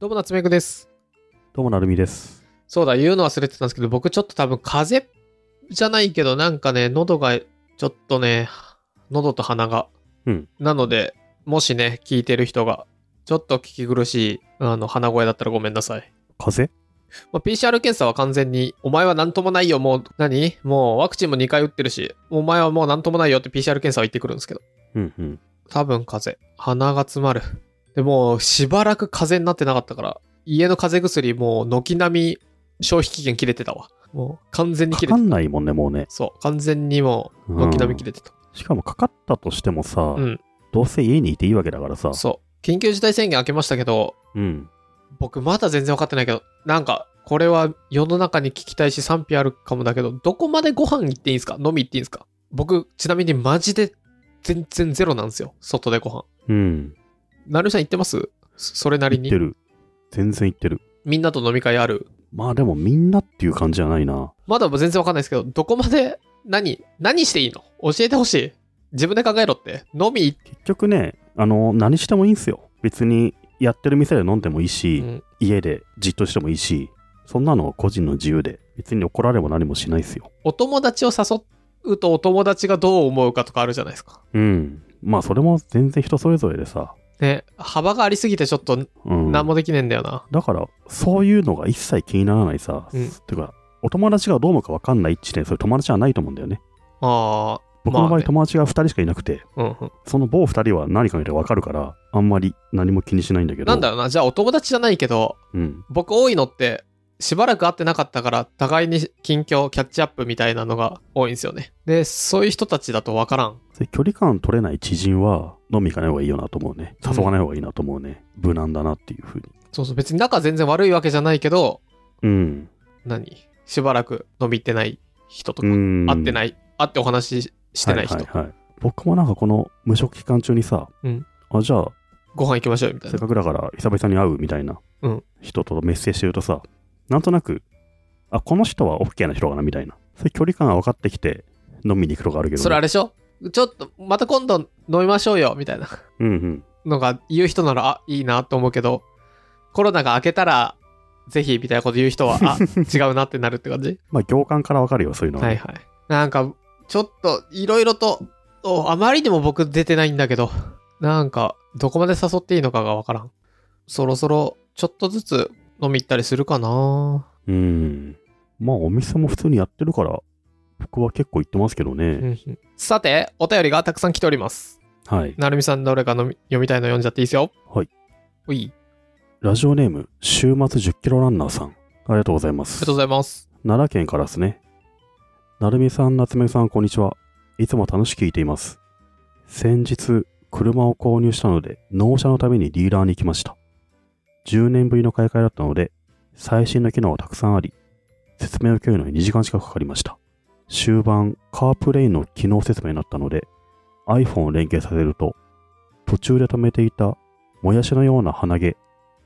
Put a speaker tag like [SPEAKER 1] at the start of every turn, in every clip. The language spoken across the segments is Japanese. [SPEAKER 1] どうも、夏目くです。
[SPEAKER 2] どうもなるみです。
[SPEAKER 1] そうだ、言うの忘れてたんですけど、僕ちょっと多分風邪じゃないけど、なんかね、喉がちょっとね、喉と鼻が。
[SPEAKER 2] うん
[SPEAKER 1] なので、もしね、聞いてる人が、ちょっと聞き苦しい、あの、鼻声だったらごめんなさい。
[SPEAKER 2] 風邪
[SPEAKER 1] まあ PCR 検査は完全に、お前は何ともないよ、もう、何もうワクチンも2回打ってるし、お前はもう何ともないよって PCR 検査は言ってくるんですけど、
[SPEAKER 2] うんうん。
[SPEAKER 1] 多分風邪。鼻が詰まる。でも、しばらく風邪になってなかったから、家の風邪薬もう軒並み消費期限切れてたわ。もう完全に切
[SPEAKER 2] か
[SPEAKER 1] れ
[SPEAKER 2] か
[SPEAKER 1] てた。
[SPEAKER 2] んないもんね、もうね。
[SPEAKER 1] そう、完全にもう
[SPEAKER 2] うん
[SPEAKER 1] 軒並み切れてた。
[SPEAKER 2] しかもかかったとしてもさ、
[SPEAKER 1] うん
[SPEAKER 2] どうせ家にいていいわけだからさ。
[SPEAKER 1] そう。緊急事態宣言明けましたけど、
[SPEAKER 2] うん。
[SPEAKER 1] 僕まだ全然分かってないけど、なんか、これは世の中に聞きたいし賛否あるかもだけど、どこまでご飯行っていいんすか飲み行っていいんすか僕、ちなみにマジで全然ゼロなんですよ。外でご飯。
[SPEAKER 2] うん。
[SPEAKER 1] なるみさん行ってますそそれなり
[SPEAKER 2] 行って
[SPEAKER 1] に。
[SPEAKER 2] る。全然行ってる。
[SPEAKER 1] みんなと飲み会ある。
[SPEAKER 2] まあでもみんなっていう感じじゃないな。
[SPEAKER 1] まだ全然わかんないですけど、どこまで、何、何していいの教えてほしい。自分で考えろって。飲み行っ
[SPEAKER 2] 結局ね、あの、何してもいいんすよ。別にやってる店で飲んでもいいし、
[SPEAKER 1] うん
[SPEAKER 2] 家でじっとしてもいいし、そんなのは個人の自由で、別に怒られも何もしないっすよ。
[SPEAKER 1] お友達を誘うとお友達がどう思うかとかあるじゃないですか。
[SPEAKER 2] うん。まあそれも全然人それぞれでさ。
[SPEAKER 1] ね、幅がありすぎてちょっと
[SPEAKER 2] うん。
[SPEAKER 1] 何もできねえんだよな。
[SPEAKER 2] だから、そういうのが一切気にならないさ、
[SPEAKER 1] うん
[SPEAKER 2] てか、お友達がどう思うか分かんない時点で、それ友達じゃないと思うんだよね。
[SPEAKER 1] ああ、
[SPEAKER 2] 僕の
[SPEAKER 1] まあ
[SPEAKER 2] 場合、
[SPEAKER 1] ね
[SPEAKER 2] 友達が2人しかいなくて、
[SPEAKER 1] うんうん。
[SPEAKER 2] その某2人は何考えてるか分かるから、あんまり何も気にしないんだけど。
[SPEAKER 1] なんだろうな、じゃあお友達じゃないけど、
[SPEAKER 2] うん。
[SPEAKER 1] 僕多いのって、しばらく会ってなかったから、互いに近況、キャッチアップみたいなのが多いんですよね。で、そういう人たちだとわからん。
[SPEAKER 2] それ距離感取れない知人は、飲み行かない方がいいよなと思うね。誘わない方がいいなと思うね。無難だなっていうふうに。
[SPEAKER 1] そうそう、別に仲全然悪いわけじゃないけど、
[SPEAKER 2] うん。
[SPEAKER 1] 何しばらく飲み行ってない人とか。
[SPEAKER 2] うん。
[SPEAKER 1] 会って
[SPEAKER 2] い。
[SPEAKER 1] ない、会ってお話ししてない人、
[SPEAKER 2] はいはいはい僕もなんかこの無職期間中にさ、
[SPEAKER 1] うん
[SPEAKER 2] あじゃあ
[SPEAKER 1] ご飯行きましょうよみたい
[SPEAKER 2] せっ
[SPEAKER 1] な。
[SPEAKER 2] かくだから久々に会うみたいな
[SPEAKER 1] うん
[SPEAKER 2] 人とメッセージしてるとさ、なんとなく、あ、この人は OK な人かなみたいな。そういう距離感が分かってきて飲みに行くとかあるけどね、
[SPEAKER 1] それあれでしょちょっとまた今度飲みましょうよみたいな
[SPEAKER 2] うんうん。
[SPEAKER 1] のが言う人ならあいいなと思うけどコロナが明けたらぜひみたいなこと言う人はあ違うなってなるって感じ
[SPEAKER 2] まあ行間から分かるよ、そういう のは。
[SPEAKER 1] はいはい。なんかちょっといろいろとおあまりにも僕出てないんだけどなんかどこまで誘っていいのかがわからん。そろそろちょっとずつ飲み行ったりするかな
[SPEAKER 2] うん。まあお店も普通にやってるから、僕は結構行ってますけど
[SPEAKER 1] うんう
[SPEAKER 2] ね。
[SPEAKER 1] んさてお便りがたくさん来ております。
[SPEAKER 2] はい。
[SPEAKER 1] なるみさんどれかのみ読みたいの読んじゃっていいですよ。
[SPEAKER 2] はい。
[SPEAKER 1] おい。
[SPEAKER 2] ラジオネーム、週末10キロランナーさん。ありがとうございま
[SPEAKER 1] あり
[SPEAKER 2] す
[SPEAKER 1] がとう。ございます。
[SPEAKER 2] 奈良県からですね。なるみさん、夏目さん、こんにちは。いつも楽しく聞いています。先日、車を購入したので、納車のためにディーラーに行きました。10年ぶりの買い替えだったので、最新の機能がたくさんあり、説明を受けるのに2時間近くかかりました。終盤、カープレイの機能説明になったので、iPhone を連携させると、途中で止めていた、もやしのような鼻毛、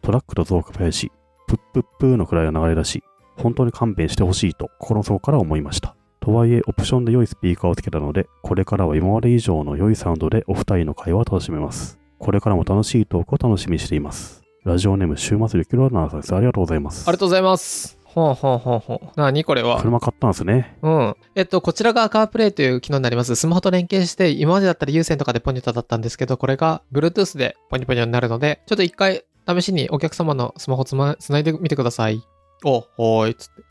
[SPEAKER 2] トラックと増加林、プップップーの位が流れ出し、本当に勘弁してほしいと心の底から思いました。とはいえ、オプションで良いスピーカーをつけたので、これからは今まで以上の良いサウンドでお二人の会話を楽しめます。これからも楽しいトークを楽しみにしています。ラジオネーム週末力ローナーさんです。ありがとうございま
[SPEAKER 1] あ
[SPEAKER 2] す。
[SPEAKER 1] りがとうございます。ほうほうほうほう。なにこれは。
[SPEAKER 2] 車買ったんですね。
[SPEAKER 1] うん。えっと、こちらがカープレイという機能になります。スマホと連携して、今までだったら有線とかでポニョタだったんですけど、これが Bluetooth でポニョポニョになるので、ちょっと一回試しにお客様のスマホつま、つないでみてください。お、ほーい、つって。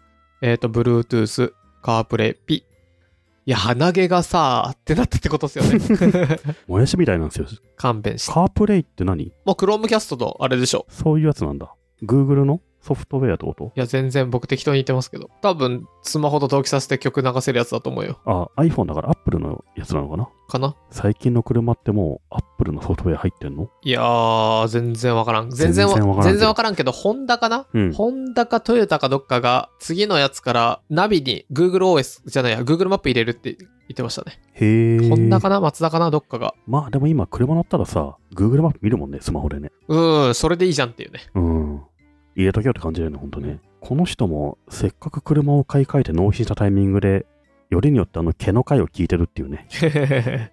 [SPEAKER 1] えっと、Bluetooth、カープレイ、ピ。いや、鼻毛がさ、ってなったってことですよね。
[SPEAKER 2] もやしみたいなんですよ。
[SPEAKER 1] 勘弁して。
[SPEAKER 2] カープレイって何
[SPEAKER 1] もう Chromecast のあれでしょ。
[SPEAKER 2] そういうやつなんだ。Google のソフトウェアってこと
[SPEAKER 1] いや、全然僕適当に言ってますけど。多分、スマホと同期させて曲流せるやつだと思うよ。
[SPEAKER 2] あ、iPhone だから Apple のやつなのかな
[SPEAKER 1] かな
[SPEAKER 2] 最近の車ってもう Apple のソフトウェア入ってんの
[SPEAKER 1] いやー、全然わからん。全然わ、
[SPEAKER 2] 全然わからんけど
[SPEAKER 1] 全然わからんけど、ホンダかな、
[SPEAKER 2] うん。
[SPEAKER 1] ホンダかトヨタかどっかが、次のやつから、ナビに GoogleOS じゃないや、Google マップ入れるって言ってましたね。
[SPEAKER 2] へえ。
[SPEAKER 1] ホンダかな松田かなどっかが。
[SPEAKER 2] まあでも今車乗ったらさ、Google マップ見るもんね、スマホでね。
[SPEAKER 1] うーん、それでいいじゃんっていう ね。
[SPEAKER 2] うん。入れとけよって感じだよね、ほんとね。この人もせっかく車を買い替えて納品したタイミングでよりによってあの毛の回を聞いてるっていうね。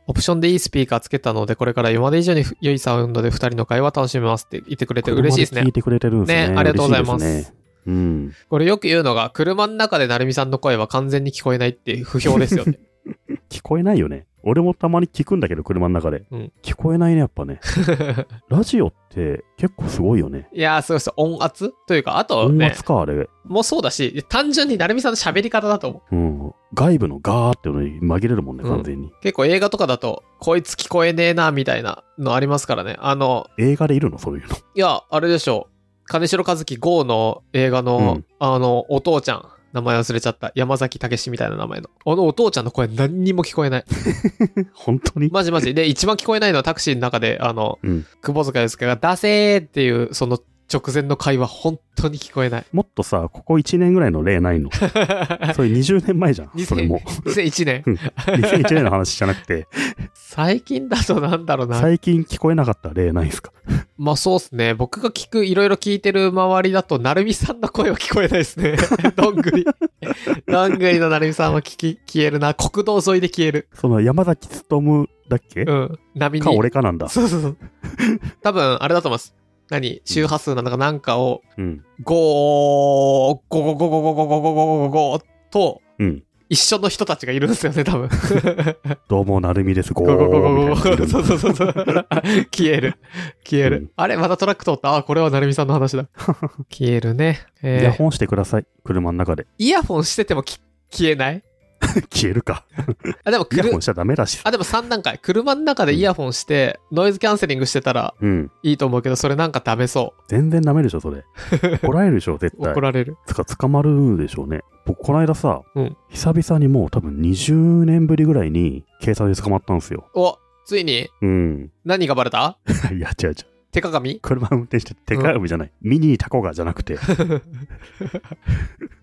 [SPEAKER 1] オプションでいいスピーカーつけたので、これから今まで以上に良いサウンドで2人の会話楽しめますって言ってくれて嬉しいです
[SPEAKER 2] 車聞
[SPEAKER 1] ね
[SPEAKER 2] い。てくれてるんですね。
[SPEAKER 1] ねありがとうございます
[SPEAKER 2] 嬉しですねうん。
[SPEAKER 1] これよく言うのが、車の中で成美さんの声は完全に聞こえないって不評です よね。
[SPEAKER 2] 聞こえないよね。俺もたまに聞くんだけど、車の中で。
[SPEAKER 1] うん
[SPEAKER 2] 聞こえないね、や っぱね。ラジオって結構すごいよね。
[SPEAKER 1] いやー、すごいです。音圧というか、あと
[SPEAKER 2] 音
[SPEAKER 1] ね
[SPEAKER 2] 圧、か、あれ。
[SPEAKER 1] もうそうだし、単純に成美さんの喋り方だと思う。
[SPEAKER 2] うん。外部のガーっていうのに紛れるもんね、
[SPEAKER 1] うん
[SPEAKER 2] 完全に。
[SPEAKER 1] 結構映画とかだと、こいつ聞こえねえな、みたいなのありますからね。あの、
[SPEAKER 2] 映画でいるの、そう いうの。
[SPEAKER 1] いや、あれでしょう。金城和樹 GO の映画の、
[SPEAKER 2] うん
[SPEAKER 1] あの、お父ちゃん。名前忘れちゃった。山崎武史みたいな名前の。あのお父ちゃんの声何にも聞こえない。
[SPEAKER 2] 本当に。
[SPEAKER 1] マジマジ。で、一番聞こえないのはタクシーの中で、あの、
[SPEAKER 2] うん
[SPEAKER 1] 久保塚洋介が、出せーっていう、その直前の会話、本当に聞こえない。
[SPEAKER 2] もっとさ、ここ1年ぐらいの例ないの。それ20年前じゃん、
[SPEAKER 1] 2000
[SPEAKER 2] それも。
[SPEAKER 1] 2001年。
[SPEAKER 2] 2001年の話じゃなくて、
[SPEAKER 1] 最近だとなんだろうな。
[SPEAKER 2] 最近聞こえなかった例ないですか。
[SPEAKER 1] まあそうっすね。僕が聞く、いろいろ聞いてる周りだと、なるみさんの声は聞こえないですね。どんぐり。どんぐりのなるみさんは聞き、消えるな。国道沿いで消える。
[SPEAKER 2] その山崎努だっけ
[SPEAKER 1] う、ん。波に。
[SPEAKER 2] か、俺かなんだ。
[SPEAKER 1] そうそうそう。多分、あれだと思います。何周波数なのかなんかを、
[SPEAKER 2] うん。
[SPEAKER 1] ゴー、ゴゴゴゴゴゴゴゴゴゴゴと、
[SPEAKER 2] うん。
[SPEAKER 1] 一緒の人たちがいるんですよね、多分。
[SPEAKER 2] どうも、なるみです。 ゴ
[SPEAKER 1] ゴゴゴゴゴ
[SPEAKER 2] ーみたいなのいるんだ。
[SPEAKER 1] そうそうそうそう。消える。消え
[SPEAKER 2] うん
[SPEAKER 1] る。あれまたトラック通った。あ、これは成美さんの話 だ。消えるね。
[SPEAKER 2] イヤ
[SPEAKER 1] えー
[SPEAKER 2] ホンしてください。車の中で。
[SPEAKER 1] イヤホンしててもき消えない
[SPEAKER 2] 消えるか。
[SPEAKER 1] あ、でも
[SPEAKER 2] イヤホ
[SPEAKER 1] 車
[SPEAKER 2] ン、しちゃダメだし。
[SPEAKER 1] あ、でも3段階。車の中でイヤホンして、ノイズキャンセリングしてたら
[SPEAKER 2] うん。
[SPEAKER 1] いいと思うけど、それなんかダメそ
[SPEAKER 2] 全然ダメでしょ、そ れ。怒られるでしょ、絶
[SPEAKER 1] う。
[SPEAKER 2] 対
[SPEAKER 1] 怒。られる。
[SPEAKER 2] つか、捕まるでしょうね。僕、この間さ、
[SPEAKER 1] うん
[SPEAKER 2] 久々にもう多分20年ぶりぐらいに警察で捕まったんですよ。
[SPEAKER 1] お、ついに、
[SPEAKER 2] うん。
[SPEAKER 1] 何がバレた
[SPEAKER 2] いや、違う違う。
[SPEAKER 1] 手 鏡
[SPEAKER 2] 車運転して、手から海じゃない。ミニタコがじゃ なくて、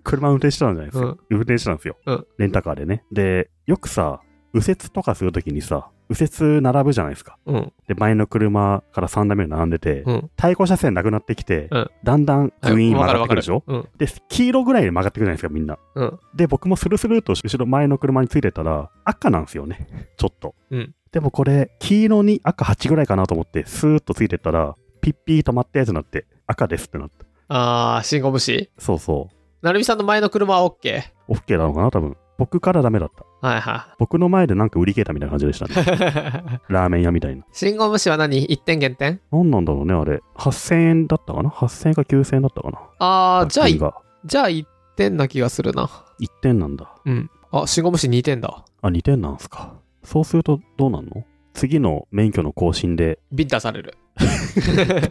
[SPEAKER 2] 車運転してたんじゃないですか。
[SPEAKER 1] うん
[SPEAKER 2] 運転してたんですよ、
[SPEAKER 1] うん
[SPEAKER 2] レンタカーでね。で、よくさ、右折とかするときにさ、右折並ぶじゃないですか。
[SPEAKER 1] うん。
[SPEAKER 2] で、前の車から3段目に並んでて、
[SPEAKER 1] うん
[SPEAKER 2] 対向車線なくなってきて、
[SPEAKER 1] うん
[SPEAKER 2] だんだんグイーン曲がってくるでしょ、
[SPEAKER 1] うん。
[SPEAKER 2] で、黄色ぐらいで曲がってくるじゃないですか、みんな。
[SPEAKER 1] うん
[SPEAKER 2] で、僕もスルスルと後ろ前の車についてたら、赤なんですよね、ちょっと。
[SPEAKER 1] うん
[SPEAKER 2] でもこれ、黄色に赤8ぐらいかなと思って、スーッとついてったら、ピッピー止まったやつになって、赤ですってなった。
[SPEAKER 1] あー、信号無視
[SPEAKER 2] そうそ。
[SPEAKER 1] なるみさんの前の車は OK。はいう
[SPEAKER 2] OK なのかな、多分。僕からダメだった。
[SPEAKER 1] は
[SPEAKER 2] 僕の前でなんか売り切れたみたいな感じ でしたね。
[SPEAKER 1] い。
[SPEAKER 2] ラーメン屋みたいな。
[SPEAKER 1] 信号無視は何一点減点
[SPEAKER 2] なんなんだろうね、あれ。8000円だったかな ?8000 円か9000円だったかな
[SPEAKER 1] あー、じゃあ
[SPEAKER 2] 楽器
[SPEAKER 1] い、
[SPEAKER 2] が
[SPEAKER 1] じゃあ1点な気がするな。
[SPEAKER 2] 1点なんだ。
[SPEAKER 1] うん。あ、信号無視2点だ。
[SPEAKER 2] あ、2点なんすか。そうするとどうなんの次の免許の更新で、
[SPEAKER 1] ビンタされ る。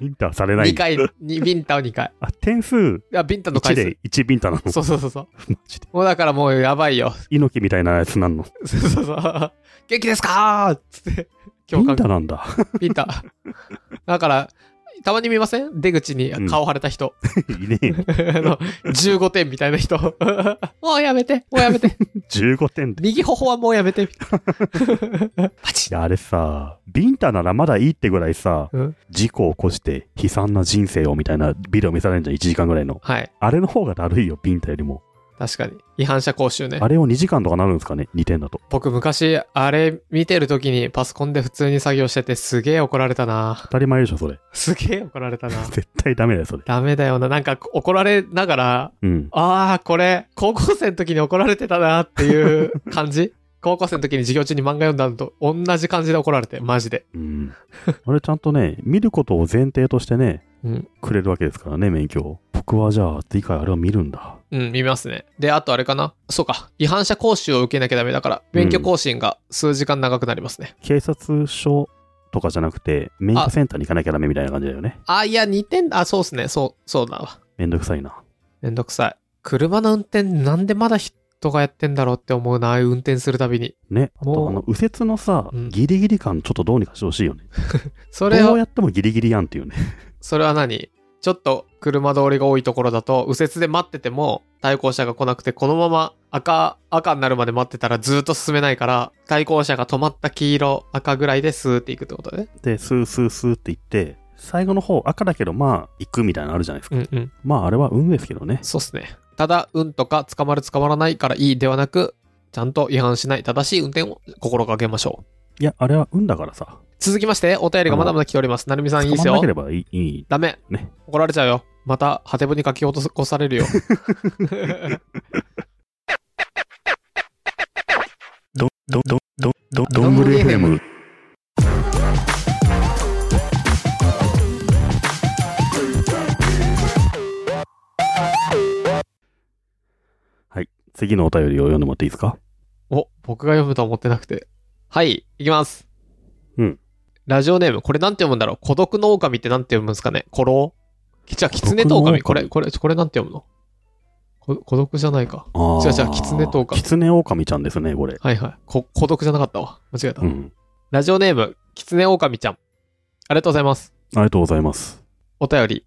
[SPEAKER 2] ビンタされない
[SPEAKER 1] 2。回、にビンタを2回。
[SPEAKER 2] あ、点数
[SPEAKER 1] あ、ビンタの
[SPEAKER 2] 1
[SPEAKER 1] 回数
[SPEAKER 2] で。1ビンタなの。
[SPEAKER 1] そうそうそうそう。
[SPEAKER 2] マジで。
[SPEAKER 1] もうだからもうやばいよ。
[SPEAKER 2] 猪木みたいなやつなんの。
[SPEAKER 1] そうそうそう。元気ですかーっつって。
[SPEAKER 2] ビンタなんだ。
[SPEAKER 1] ビンタ。だから、たまに見ません出口に顔腫れた人。
[SPEAKER 2] いねえよ。
[SPEAKER 1] あの、15点みたいな人。 もうやめて、もうやめて。
[SPEAKER 2] 15点で。
[SPEAKER 1] 右頬はもうやめ て。パチッ。
[SPEAKER 2] いや、あれさ、ビンタならまだいいってぐらいさ、
[SPEAKER 1] うん
[SPEAKER 2] 事故を起こして悲惨な人生をみたいなビデオ見されるんじゃん、1時間ぐらいの。
[SPEAKER 1] はい。
[SPEAKER 2] あれの方がだるいよ、ビンタよりも。
[SPEAKER 1] 確かに。違反者講習ね
[SPEAKER 2] あ。れを2時間とかなるんですかね、2点だと。
[SPEAKER 1] 僕昔、あれ見てる時にパソコンで普通に作業しててすげえ怒られたな
[SPEAKER 2] 当。たり前でしょ、それ。
[SPEAKER 1] すげえ怒られたな。
[SPEAKER 2] 絶対ダメだよ、それ。
[SPEAKER 1] ダメだよな。なんか怒られながら、
[SPEAKER 2] うん。
[SPEAKER 1] ああ、これ、高校生の時に怒られてたなっていう感 じ高校生の時に授業中に漫画読んだのと同じ感じで怒られて、マジで。
[SPEAKER 2] うん。あれちゃんとね、見ることを前提としてね、
[SPEAKER 1] うん。
[SPEAKER 2] くれるわけですからね、免許を。僕はじゃあ、次回あれを見るんだ。
[SPEAKER 1] うん、見ますね。で、あとあれかな。そうか。違反者講習を受けなきゃダメだから、免許更新が数時間長くなりますね。
[SPEAKER 2] 警察署とかじゃなくて、免許センターに行かなきゃダメみたいな感じだよね。
[SPEAKER 1] あ、いや、2点、あ、そうっすね。そう、そうだわ。
[SPEAKER 2] めんどくさいな。
[SPEAKER 1] めんどくさい。車の運転、なんでまだ人がやってんだろうって思うな、運転するたびに。
[SPEAKER 2] ね。あ
[SPEAKER 1] もう
[SPEAKER 2] と、あの、右折のさ、
[SPEAKER 1] うん
[SPEAKER 2] ギリギリ感ちょっとどうにかしてほしいよね。
[SPEAKER 1] それ
[SPEAKER 2] どう
[SPEAKER 1] は、
[SPEAKER 2] やってもギリギリやんっていうね。
[SPEAKER 1] それは何ちょっと車通りが多いところだと、右折で待ってても、対向車が来なくて、このまま赤、赤になるまで待ってたらずっと進めないから、対向車が止まった黄色、赤ぐらいでスーっていくってことね。
[SPEAKER 2] で、スースースーって言って、最後の方、赤だけど、まあ、行くみたいなのあるじゃないですか。
[SPEAKER 1] うんうん。
[SPEAKER 2] まあ、あれは運ですけどね。
[SPEAKER 1] そうっすね。ただ、運とか捕まる捕まらないからいいではなく、ちゃんと違反しない正しい運転を心がけましょう。
[SPEAKER 2] いや、あれは運だからさ。
[SPEAKER 1] 続きまして、お便りがまだまだ来ております。なるみさんいいです
[SPEAKER 2] 捕ま
[SPEAKER 1] よ
[SPEAKER 2] んなけ。ればいいいい。
[SPEAKER 1] ダメ。
[SPEAKER 2] ね
[SPEAKER 1] 怒られちゃうよ。また、ハテブに書き落とされ るよ。
[SPEAKER 2] ど、ど、ど、ど、ど、
[SPEAKER 1] どんぶり FM。
[SPEAKER 2] はい。次のお便りを読んでもらっていいですか
[SPEAKER 1] お、僕が読むと思ってなくて。はい、いきます。
[SPEAKER 2] うん。
[SPEAKER 1] ラジオネーム、これなんて読むんだろう孤独の狼ってなんて読むんですかねコロきじゃあ、キツネと
[SPEAKER 2] 孤独の
[SPEAKER 1] 狼
[SPEAKER 2] 狼
[SPEAKER 1] これ、これ、これなんて読むのこ孤独じゃないか。
[SPEAKER 2] ああ。
[SPEAKER 1] 違う違う狐と狼
[SPEAKER 2] キツネオオカミちゃんですね、これ。
[SPEAKER 1] はいはい。こ孤独じゃなかったわ。間違えた。
[SPEAKER 2] うん。
[SPEAKER 1] ラジオネーム、キツネオオカミちゃん。ありがとうございます。
[SPEAKER 2] ありがとうございます。
[SPEAKER 1] お便り。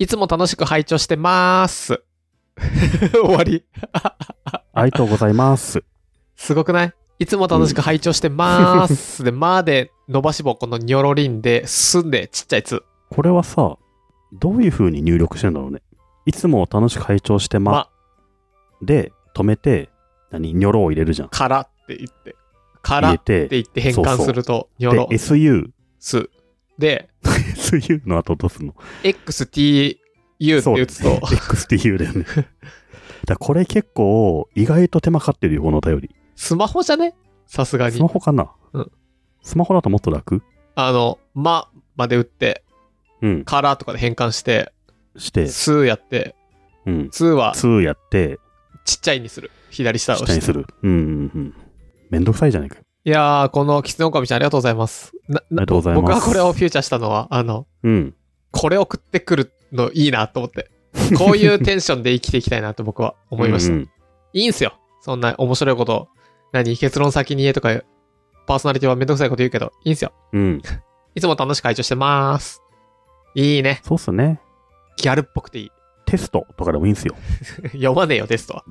[SPEAKER 1] いつも楽しく拝聴してまーす。 終わり。
[SPEAKER 2] ありがとうございます。
[SPEAKER 1] すごくないいつも楽しく拝聴してまーす。で、まーで伸ばし棒、このニョロリンで、すんでちっちゃいつ。
[SPEAKER 2] これはさ、どういう風に入力してんだろうね。いつも楽しく拝聴してま、
[SPEAKER 1] ま
[SPEAKER 2] で、止めて、何、ニョロを入れるじゃん。
[SPEAKER 1] からって言って、か
[SPEAKER 2] 入
[SPEAKER 1] ら
[SPEAKER 2] れ、
[SPEAKER 1] ってて言
[SPEAKER 2] で、
[SPEAKER 1] って変換すると、ニョロ
[SPEAKER 2] SU、
[SPEAKER 1] ス。で、
[SPEAKER 2] SU の後どうすんの
[SPEAKER 1] XTU って打つ
[SPEAKER 2] そう
[SPEAKER 1] と、
[SPEAKER 2] だね XTU だよね。だ からこれ結構、意外と手間かかってるよ、このお便り。
[SPEAKER 1] スマホじゃねさすが
[SPEAKER 2] ス
[SPEAKER 1] に
[SPEAKER 2] マ。ホかな、
[SPEAKER 1] うん
[SPEAKER 2] スマホだともっと楽
[SPEAKER 1] あの、ままで打って、
[SPEAKER 2] うん。
[SPEAKER 1] からとかで変換して、
[SPEAKER 2] して、
[SPEAKER 1] すやって、
[SPEAKER 2] うん。
[SPEAKER 1] つは
[SPEAKER 2] 2やって、
[SPEAKER 1] ちっちゃいにする。左下を
[SPEAKER 2] 下
[SPEAKER 1] 押
[SPEAKER 2] に
[SPEAKER 1] して。
[SPEAKER 2] する。うんうんうん。めんどくさいじゃないかよ。
[SPEAKER 1] いやー、このキツネオカミちゃんありがとうございます。な
[SPEAKER 2] あり
[SPEAKER 1] な
[SPEAKER 2] がとうございます。
[SPEAKER 1] 僕がこれをフューチャーしたのは、あの、
[SPEAKER 2] うん。
[SPEAKER 1] これ送ってくるのいいなと思って。こういうテンションで生きていきたいなと僕は思いました。
[SPEAKER 2] うんうん
[SPEAKER 1] いいんすよ。そんな面白いこと。何結論先に言えとか、パーソナリティはめんどくさいこと言うけど、いいんすよ。
[SPEAKER 2] うん。
[SPEAKER 1] いつも楽しく会長してまーす。いいね。
[SPEAKER 2] そうっすね。
[SPEAKER 1] ギャルっぽくていい。
[SPEAKER 2] テストとかでもいいんすよ。
[SPEAKER 1] 読まねえよ、テスト は。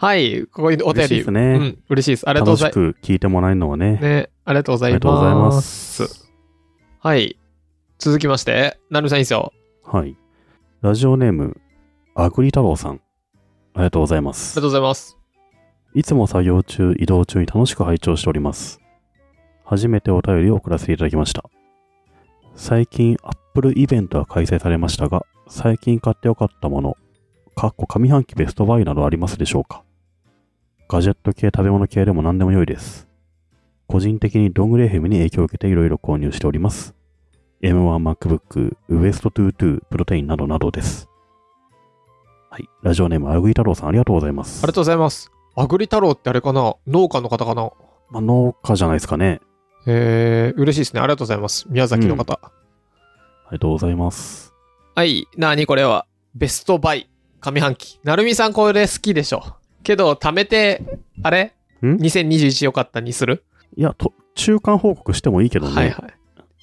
[SPEAKER 1] はい、ここにお便り。
[SPEAKER 2] 嬉しいですね
[SPEAKER 1] うん、嬉しいです。ありがとうご
[SPEAKER 2] 楽
[SPEAKER 1] ざ
[SPEAKER 2] し
[SPEAKER 1] います。
[SPEAKER 2] く聞いてもらえるのはね。
[SPEAKER 1] ね、ありがとうござ
[SPEAKER 2] あ
[SPEAKER 1] い
[SPEAKER 2] り
[SPEAKER 1] ま
[SPEAKER 2] が
[SPEAKER 1] す。
[SPEAKER 2] とうございます。
[SPEAKER 1] はい。続きまして、なるみさんいいんすよ。
[SPEAKER 2] はい。ラジオネーム、あぐり太郎さん。ありがとうございま
[SPEAKER 1] あり
[SPEAKER 2] す
[SPEAKER 1] がと。うございます。
[SPEAKER 2] いつも作業中、移動中に楽しく拝聴しております。初めてお便りを送らせていただきました。最近、Apple イベントが開催されましたが、最近買ってよかったもの、かっこ上半期ベストバイなどありますでしょうかガジェット系、食べ物系でも何でも良いです。個人的にドングレーヘムに影響を受けていろいろ購入しております。M1 MacBook、West22、プロテインなどなどです。はい。ラジオネーム、あぐい太郎さん、ありがとうございます。
[SPEAKER 1] ありがとうございます。あぐり太郎ってあれかな農家の方かな
[SPEAKER 2] まあ、農家じゃないですかね。
[SPEAKER 1] えー、嬉しいですね。ありがとうございます。宮崎の方。
[SPEAKER 2] ありがとうございます。
[SPEAKER 1] はい、なにこれは。ベストバイ。上半期。なるみさんこれ好きでしょ。けど、貯めて、あれ
[SPEAKER 2] ん
[SPEAKER 1] ?2021 良かったにする、
[SPEAKER 2] いや、と中間報告してもいいけどね。
[SPEAKER 1] はいはい。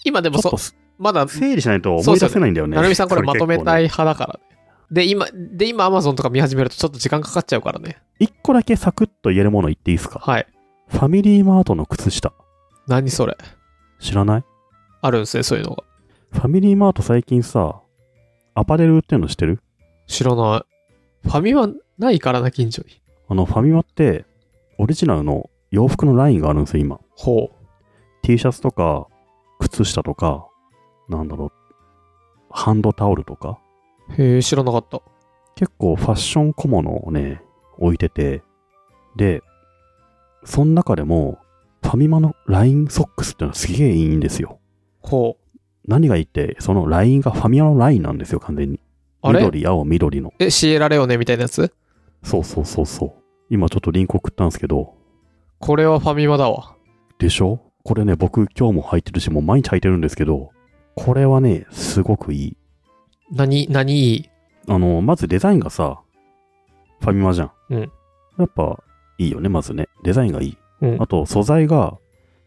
[SPEAKER 1] 今でも
[SPEAKER 2] ちょっ
[SPEAKER 1] そ
[SPEAKER 2] と、
[SPEAKER 1] まだ、
[SPEAKER 2] 整理しないと思い出せないんだよね。
[SPEAKER 1] なるみさんこれまとめたい
[SPEAKER 2] い。
[SPEAKER 1] 派だからね。で、今、で、今 Amazon とか見始めるとちょっと時間かかっちゃうからね。
[SPEAKER 2] 一個だけサクッと言えるもの言っていいですか
[SPEAKER 1] はい。
[SPEAKER 2] ファミリーマートの靴下。
[SPEAKER 1] 何それ。
[SPEAKER 2] 知らない
[SPEAKER 1] あるんですね、そういうのが。
[SPEAKER 2] ファミリーマート最近さ、アパレル売ってるの知ってる
[SPEAKER 1] 知らない。ファミはないからな、近所に。
[SPEAKER 2] あの、ファミマって、オリジナルの洋服のラインがあるんですよ、今。
[SPEAKER 1] ほう。
[SPEAKER 2] T シャツとか、靴下とか、なんだろう、ハンドタオルとか。
[SPEAKER 1] へえ、知らなかった。
[SPEAKER 2] 結構ファッション小物をね、置いてて、で、その中でも、ファミマのラインソックスってのはすげえいいんですよ。
[SPEAKER 1] ほう。
[SPEAKER 2] 何がいいって、そのラインがファミマのラインなんですよ、完全に。
[SPEAKER 1] あれ
[SPEAKER 2] 緑、青、緑の。
[SPEAKER 1] え、シエラレオネみたいなやつ
[SPEAKER 2] そうそうそうそう。今ちょっとリンク送ったんですけど、
[SPEAKER 1] これはファミマだわ。
[SPEAKER 2] でしょこれね、僕今日も履いてるし、もう毎日履いてるんですけど、これはね、すごくいい。
[SPEAKER 1] 何、何いい
[SPEAKER 2] あの、まずデザインがさ、ファミマじゃん。
[SPEAKER 1] うん
[SPEAKER 2] やっぱ、いいよね、まずね。デザインがいい。
[SPEAKER 1] うん
[SPEAKER 2] あと、素材が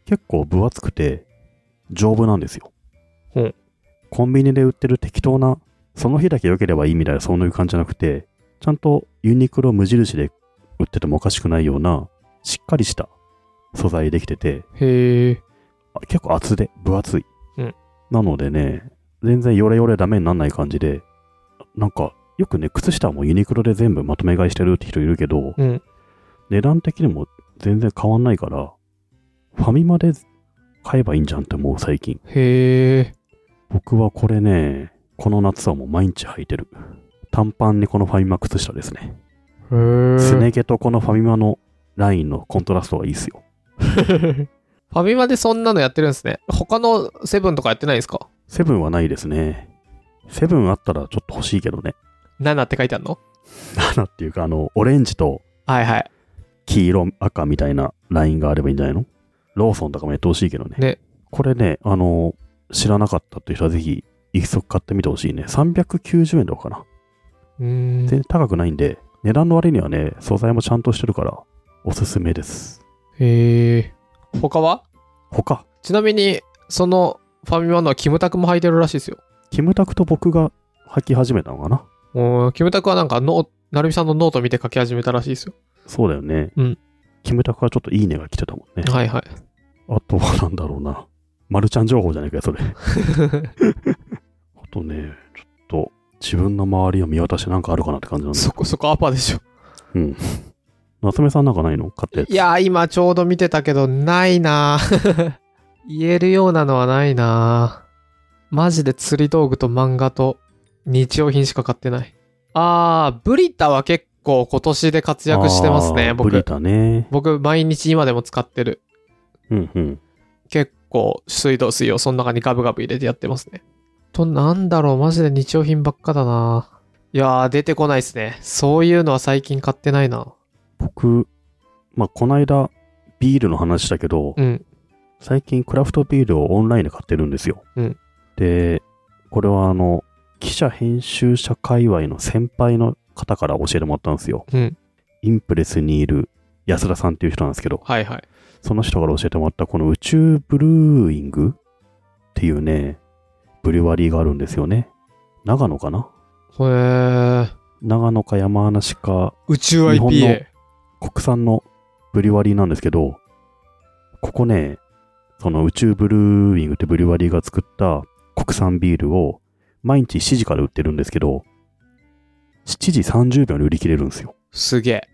[SPEAKER 2] 結構分厚くて、丈夫なんですよ。
[SPEAKER 1] うん
[SPEAKER 2] コンビニで売ってる適当な、その日だけ良ければいいみたいな、そういう感じじゃなくて、ちゃんとユニクロ無印で売っててもおかしくないような、しっかりした素材できてて、
[SPEAKER 1] へえ。
[SPEAKER 2] あ結構厚で、分厚い。
[SPEAKER 1] うん
[SPEAKER 2] なのでね、全然ヨレヨレダメにならない感じで、なんか、よくね、靴下もユニクロで全部まとめ買いしてるって人いるけど、
[SPEAKER 1] うん。
[SPEAKER 2] 値段的にも全然変わんないから、ファミマで買えばいいんじゃんって思う最近。
[SPEAKER 1] へえ。
[SPEAKER 2] 僕はこれね、この夏はもう毎日履いてる。短パンにこのファミマ靴下ですね。すね毛とこのファミマのラインのコントラストがいいですよ。
[SPEAKER 1] ファミマでそんなのやってるんですね。他のセブンとかやってないですか
[SPEAKER 2] セブンはないですね。セブンあったらちょっと欲しいけどね。
[SPEAKER 1] ?7 って書いてあるの
[SPEAKER 2] 7っていうか、あの、オレンジと
[SPEAKER 1] はいはい。
[SPEAKER 2] 黄色、赤みたいなラインがあればいいんじゃないのローソンとかもやってほしいけどね。
[SPEAKER 1] ね
[SPEAKER 2] これね、あの、知らなかったっていう人はぜひ、一足買ってみてほしいね。390円とかかな。
[SPEAKER 1] うーん。
[SPEAKER 2] 全然高くないんで、値段の割にはね、素材もちゃんとしてるから、おすすめです。
[SPEAKER 1] へえ。他は
[SPEAKER 2] 他、
[SPEAKER 1] ちなみに、そのファミマのはキムタクも履いてるらしいですよ。
[SPEAKER 2] キムタクと僕が履き始めたのかな
[SPEAKER 1] うーんキムタクはなんかノー、なるみさんのノート見て書き始めたらしいですよ。
[SPEAKER 2] そうだよね。
[SPEAKER 1] うん
[SPEAKER 2] キムタクはちょっといいねが来てたもんね。
[SPEAKER 1] はいはい。
[SPEAKER 2] あとはなんだろうな。マルちゃん情報じゃないか よ、それ。あとね、ちょっと自分の周りを見渡してなんかあるかなって感じなんで。
[SPEAKER 1] そこそこアパでしょ。
[SPEAKER 2] うん。夏目さんなんかないの買ったやつ。
[SPEAKER 1] いやー、今ちょうど見てたけど、ないなー 言えるようなのはないなーマジで釣り道具と漫画と日用品しか買ってない。あー、ブリタは結構今年で活躍してます
[SPEAKER 2] あ
[SPEAKER 1] ね、
[SPEAKER 2] ーブリ
[SPEAKER 1] 僕。
[SPEAKER 2] タね。
[SPEAKER 1] 僕、毎日今でも使ってる。
[SPEAKER 2] うんうん。
[SPEAKER 1] 結構、水道水をその中にガブガブ入れてやってますね。と、なんだろう、マジで日用品ばっかだなーいやー、出てこないっすね。そういうのは最近買ってないな。
[SPEAKER 2] 僕、まあ、こないだビールの話したけど、
[SPEAKER 1] うん。
[SPEAKER 2] 最近クラフトビールをオンラインで買ってるんですよ。
[SPEAKER 1] うん
[SPEAKER 2] で、これはあの、記者編集者界隈の先輩の方から教えてもらったんですよ。
[SPEAKER 1] うん
[SPEAKER 2] インプレスにいる安田さんっていう人なんですけど、
[SPEAKER 1] はいはい。
[SPEAKER 2] その人から教えてもらったこの宇宙ブルーイングっていうね、ブリュワリーがあるんですよね。長野かな
[SPEAKER 1] へー。
[SPEAKER 2] 長野か山梨か
[SPEAKER 1] 宇宙
[SPEAKER 2] 日本の
[SPEAKER 1] IPA。
[SPEAKER 2] 国産のブリュワリーなんですけど、ここね、その宇宙ブルーイングってブリュワリーが作った国産ビールを毎日7時から売ってるんですけど、7時30秒に売り切れるんですよ。
[SPEAKER 1] すげえ。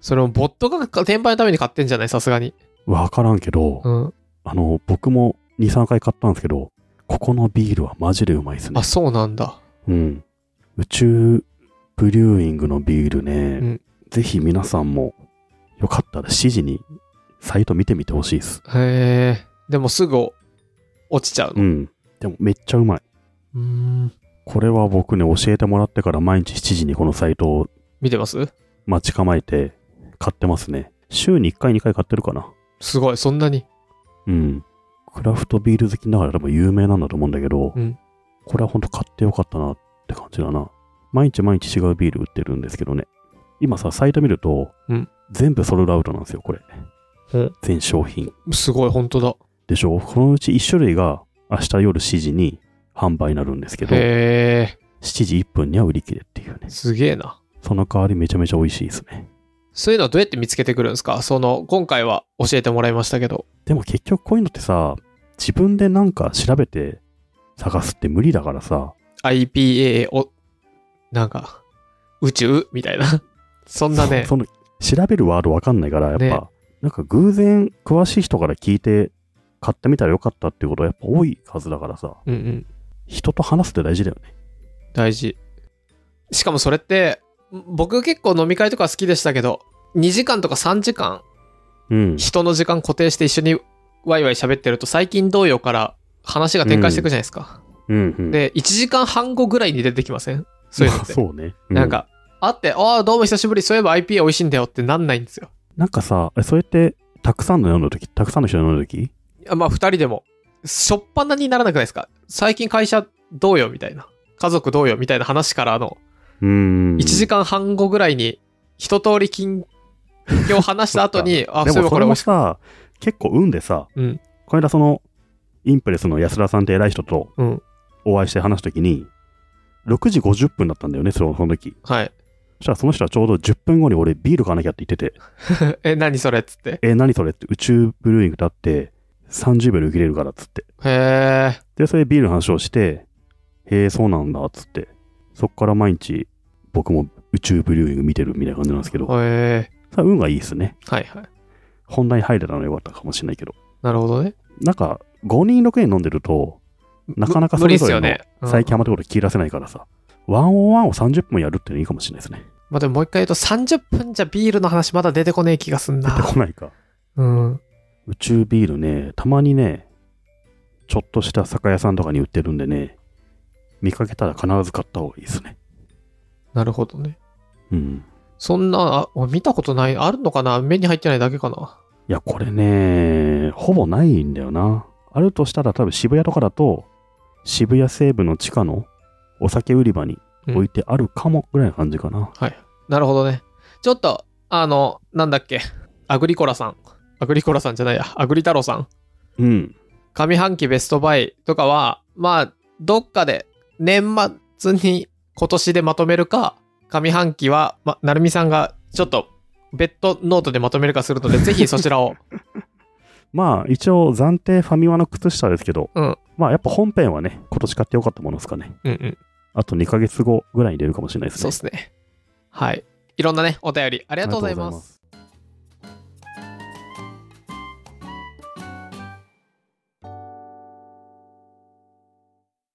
[SPEAKER 1] それもボットが転売のために買ってんじゃないさすがに。
[SPEAKER 2] わからんけど、
[SPEAKER 1] うん。
[SPEAKER 2] あの、僕も2、3回買ったんですけど、ここのビールはマジでうまいですね
[SPEAKER 1] あ、。そうなんだ。
[SPEAKER 2] うん。宇宙ブリューイングのビールね、
[SPEAKER 1] ん
[SPEAKER 2] ぜひ皆さんもよかったら7時にサイト見てみてほしいです。
[SPEAKER 1] へえ。でもすぐ落ちちゃう
[SPEAKER 2] う
[SPEAKER 1] の。
[SPEAKER 2] ん。でもめっちゃうまい。
[SPEAKER 1] うーん。
[SPEAKER 2] これは僕ね、教えてもらってから毎日7時にこのサイトを
[SPEAKER 1] 見てます
[SPEAKER 2] 待ち構えて買ってますね。週に1回2回買ってるかな。
[SPEAKER 1] すごい、そんなに。
[SPEAKER 2] うん。クラフトビール好きながら多分有名なんだと思うんだけど、
[SPEAKER 1] うん
[SPEAKER 2] これは本当買ってよかったなって感じだな。毎日毎日違うビール売ってるんですけどね。今さ、サイト見ると、
[SPEAKER 1] うん
[SPEAKER 2] 全部ソロルドアウトなんですよ、これ
[SPEAKER 1] うん。
[SPEAKER 2] 全商品。
[SPEAKER 1] すごい、本当だ。
[SPEAKER 2] でしょこのうち1種類が明日夜7時に販売になるんですけど、7
[SPEAKER 1] へ
[SPEAKER 2] 時1分には売り切れっていうね
[SPEAKER 1] え。。すげえな。
[SPEAKER 2] その代わりめちゃめちゃ美味しいですね。
[SPEAKER 1] そういうのはどうやって見つけてくるんですかその、今回は教えてもらいましたけど。
[SPEAKER 2] でも結局こういうのってさ、自分でなんか調べて探すって無理だからさ、
[SPEAKER 1] IPA を、なんか、宇宙みたいな。そんなね
[SPEAKER 2] そ。その調べるワードわかんないから、やっぱ、
[SPEAKER 1] ね
[SPEAKER 2] なんか偶然詳しい人から聞いて買ってみたらよかったっていうことはやっぱ多いはずだからさ、
[SPEAKER 1] うんうん。
[SPEAKER 2] 人と話すって大事だよね。
[SPEAKER 1] 大事しかもそれって僕結構飲み会とか好きでしたけど2時間とか3時間
[SPEAKER 2] うん。
[SPEAKER 1] 人の時間固定して一緒にワイワイ喋ってると最近同様から話が展開していくじゃないですか、
[SPEAKER 2] うん、うん。
[SPEAKER 1] で1時間半後ぐらいに出てきませんそういうのって
[SPEAKER 2] そうね。 う
[SPEAKER 1] なん、か会って「ああどうも久しぶりそういえば IPA 美味しいんだよ」ってなんないんですよ
[SPEAKER 2] なんかさ、えそれって、たくさんの飲んだ時たくさんの人の飲んだ時
[SPEAKER 1] いやまあ2人でもしょっぱなにならなくないですか最近会社どうよみたいな家族どうよみたいな話からの
[SPEAKER 2] うーん。
[SPEAKER 1] 1時間半後ぐらいに一通り近況を話した後に、あ、
[SPEAKER 2] で
[SPEAKER 1] そういえば
[SPEAKER 2] も そ
[SPEAKER 1] これ
[SPEAKER 2] れ
[SPEAKER 1] 美
[SPEAKER 2] も
[SPEAKER 1] 味しい。
[SPEAKER 2] さ、結構運でさ、
[SPEAKER 1] うん
[SPEAKER 2] この間その、インプレスの安田さんって偉い人と
[SPEAKER 1] うん。
[SPEAKER 2] お会いして話すときに、6時50分だったんだよね、そのその時。
[SPEAKER 1] はい。
[SPEAKER 2] そしたらその人はちょうど10分後に俺ビール買わなきゃって言ってて、
[SPEAKER 1] え、何それっつって。
[SPEAKER 2] え、何それって宇宙ブルーイングだって30秒で受けれるからっつって。
[SPEAKER 1] へえ。
[SPEAKER 2] で、それでビールの話をして、へえ、そうなんだっつって。そっから毎日僕も宇宙ブルーイング見てるみたいな感じなんですけど、
[SPEAKER 1] へえ。
[SPEAKER 2] それは運がいいですね。
[SPEAKER 1] はいはい。
[SPEAKER 2] 本題入れたの良かったかもしれないけど。
[SPEAKER 1] なるほどね。
[SPEAKER 2] なんか、5人6人飲んでると、なかなか
[SPEAKER 1] む
[SPEAKER 2] それぞれの
[SPEAKER 1] 無理っすよねうん
[SPEAKER 2] 最近ハマったこと切り出せないからさ、101を30分やるっていうのいいかもしれないですね。
[SPEAKER 1] まあでももう一回言うと30分じゃビールの話まだ出てこねえ気がすん
[SPEAKER 2] 出て
[SPEAKER 1] な。
[SPEAKER 2] こないか。
[SPEAKER 1] うん。
[SPEAKER 2] 宇宙ビールね、たまにね、ちょっとした酒屋さんとかに売ってるんでね、見かけたら必ず買った方がいいですね。
[SPEAKER 1] なるほどね。
[SPEAKER 2] うん。
[SPEAKER 1] そんな、あ見たことない、あるのかな目に入ってないだけかな。
[SPEAKER 2] いや、これね、ほぼないんだよな。あるとしたら多分渋谷とかだと、渋谷西部の地下のお酒売り場に置いてあるかもぐらいの感じかな。
[SPEAKER 1] なるほどね。ちょっと、あの、なんだっけ、アグリコラさん。アグリコラさんじゃないや、アグリ太郎さん。
[SPEAKER 2] うん。
[SPEAKER 1] 上半期ベストバイとかは、まあ、どっかで年末に今年でまとめるか、上半期は、ま、なるみさんがちょっと別途ノートでまとめるかするので、ぜひそちらを。
[SPEAKER 2] まあ、一応暫定ファミマの靴下ですけど、
[SPEAKER 1] うん
[SPEAKER 2] まあ、やっぱ本編はね、今年買ってよかったものですかね。
[SPEAKER 1] うんうん。
[SPEAKER 2] あと2ヶ月後ぐらいに出るかもしれないです
[SPEAKER 1] そう
[SPEAKER 2] ね。
[SPEAKER 1] ですね。はい。いろんなね、お便りあり
[SPEAKER 2] あ
[SPEAKER 1] がとうございます。
[SPEAKER 2] す。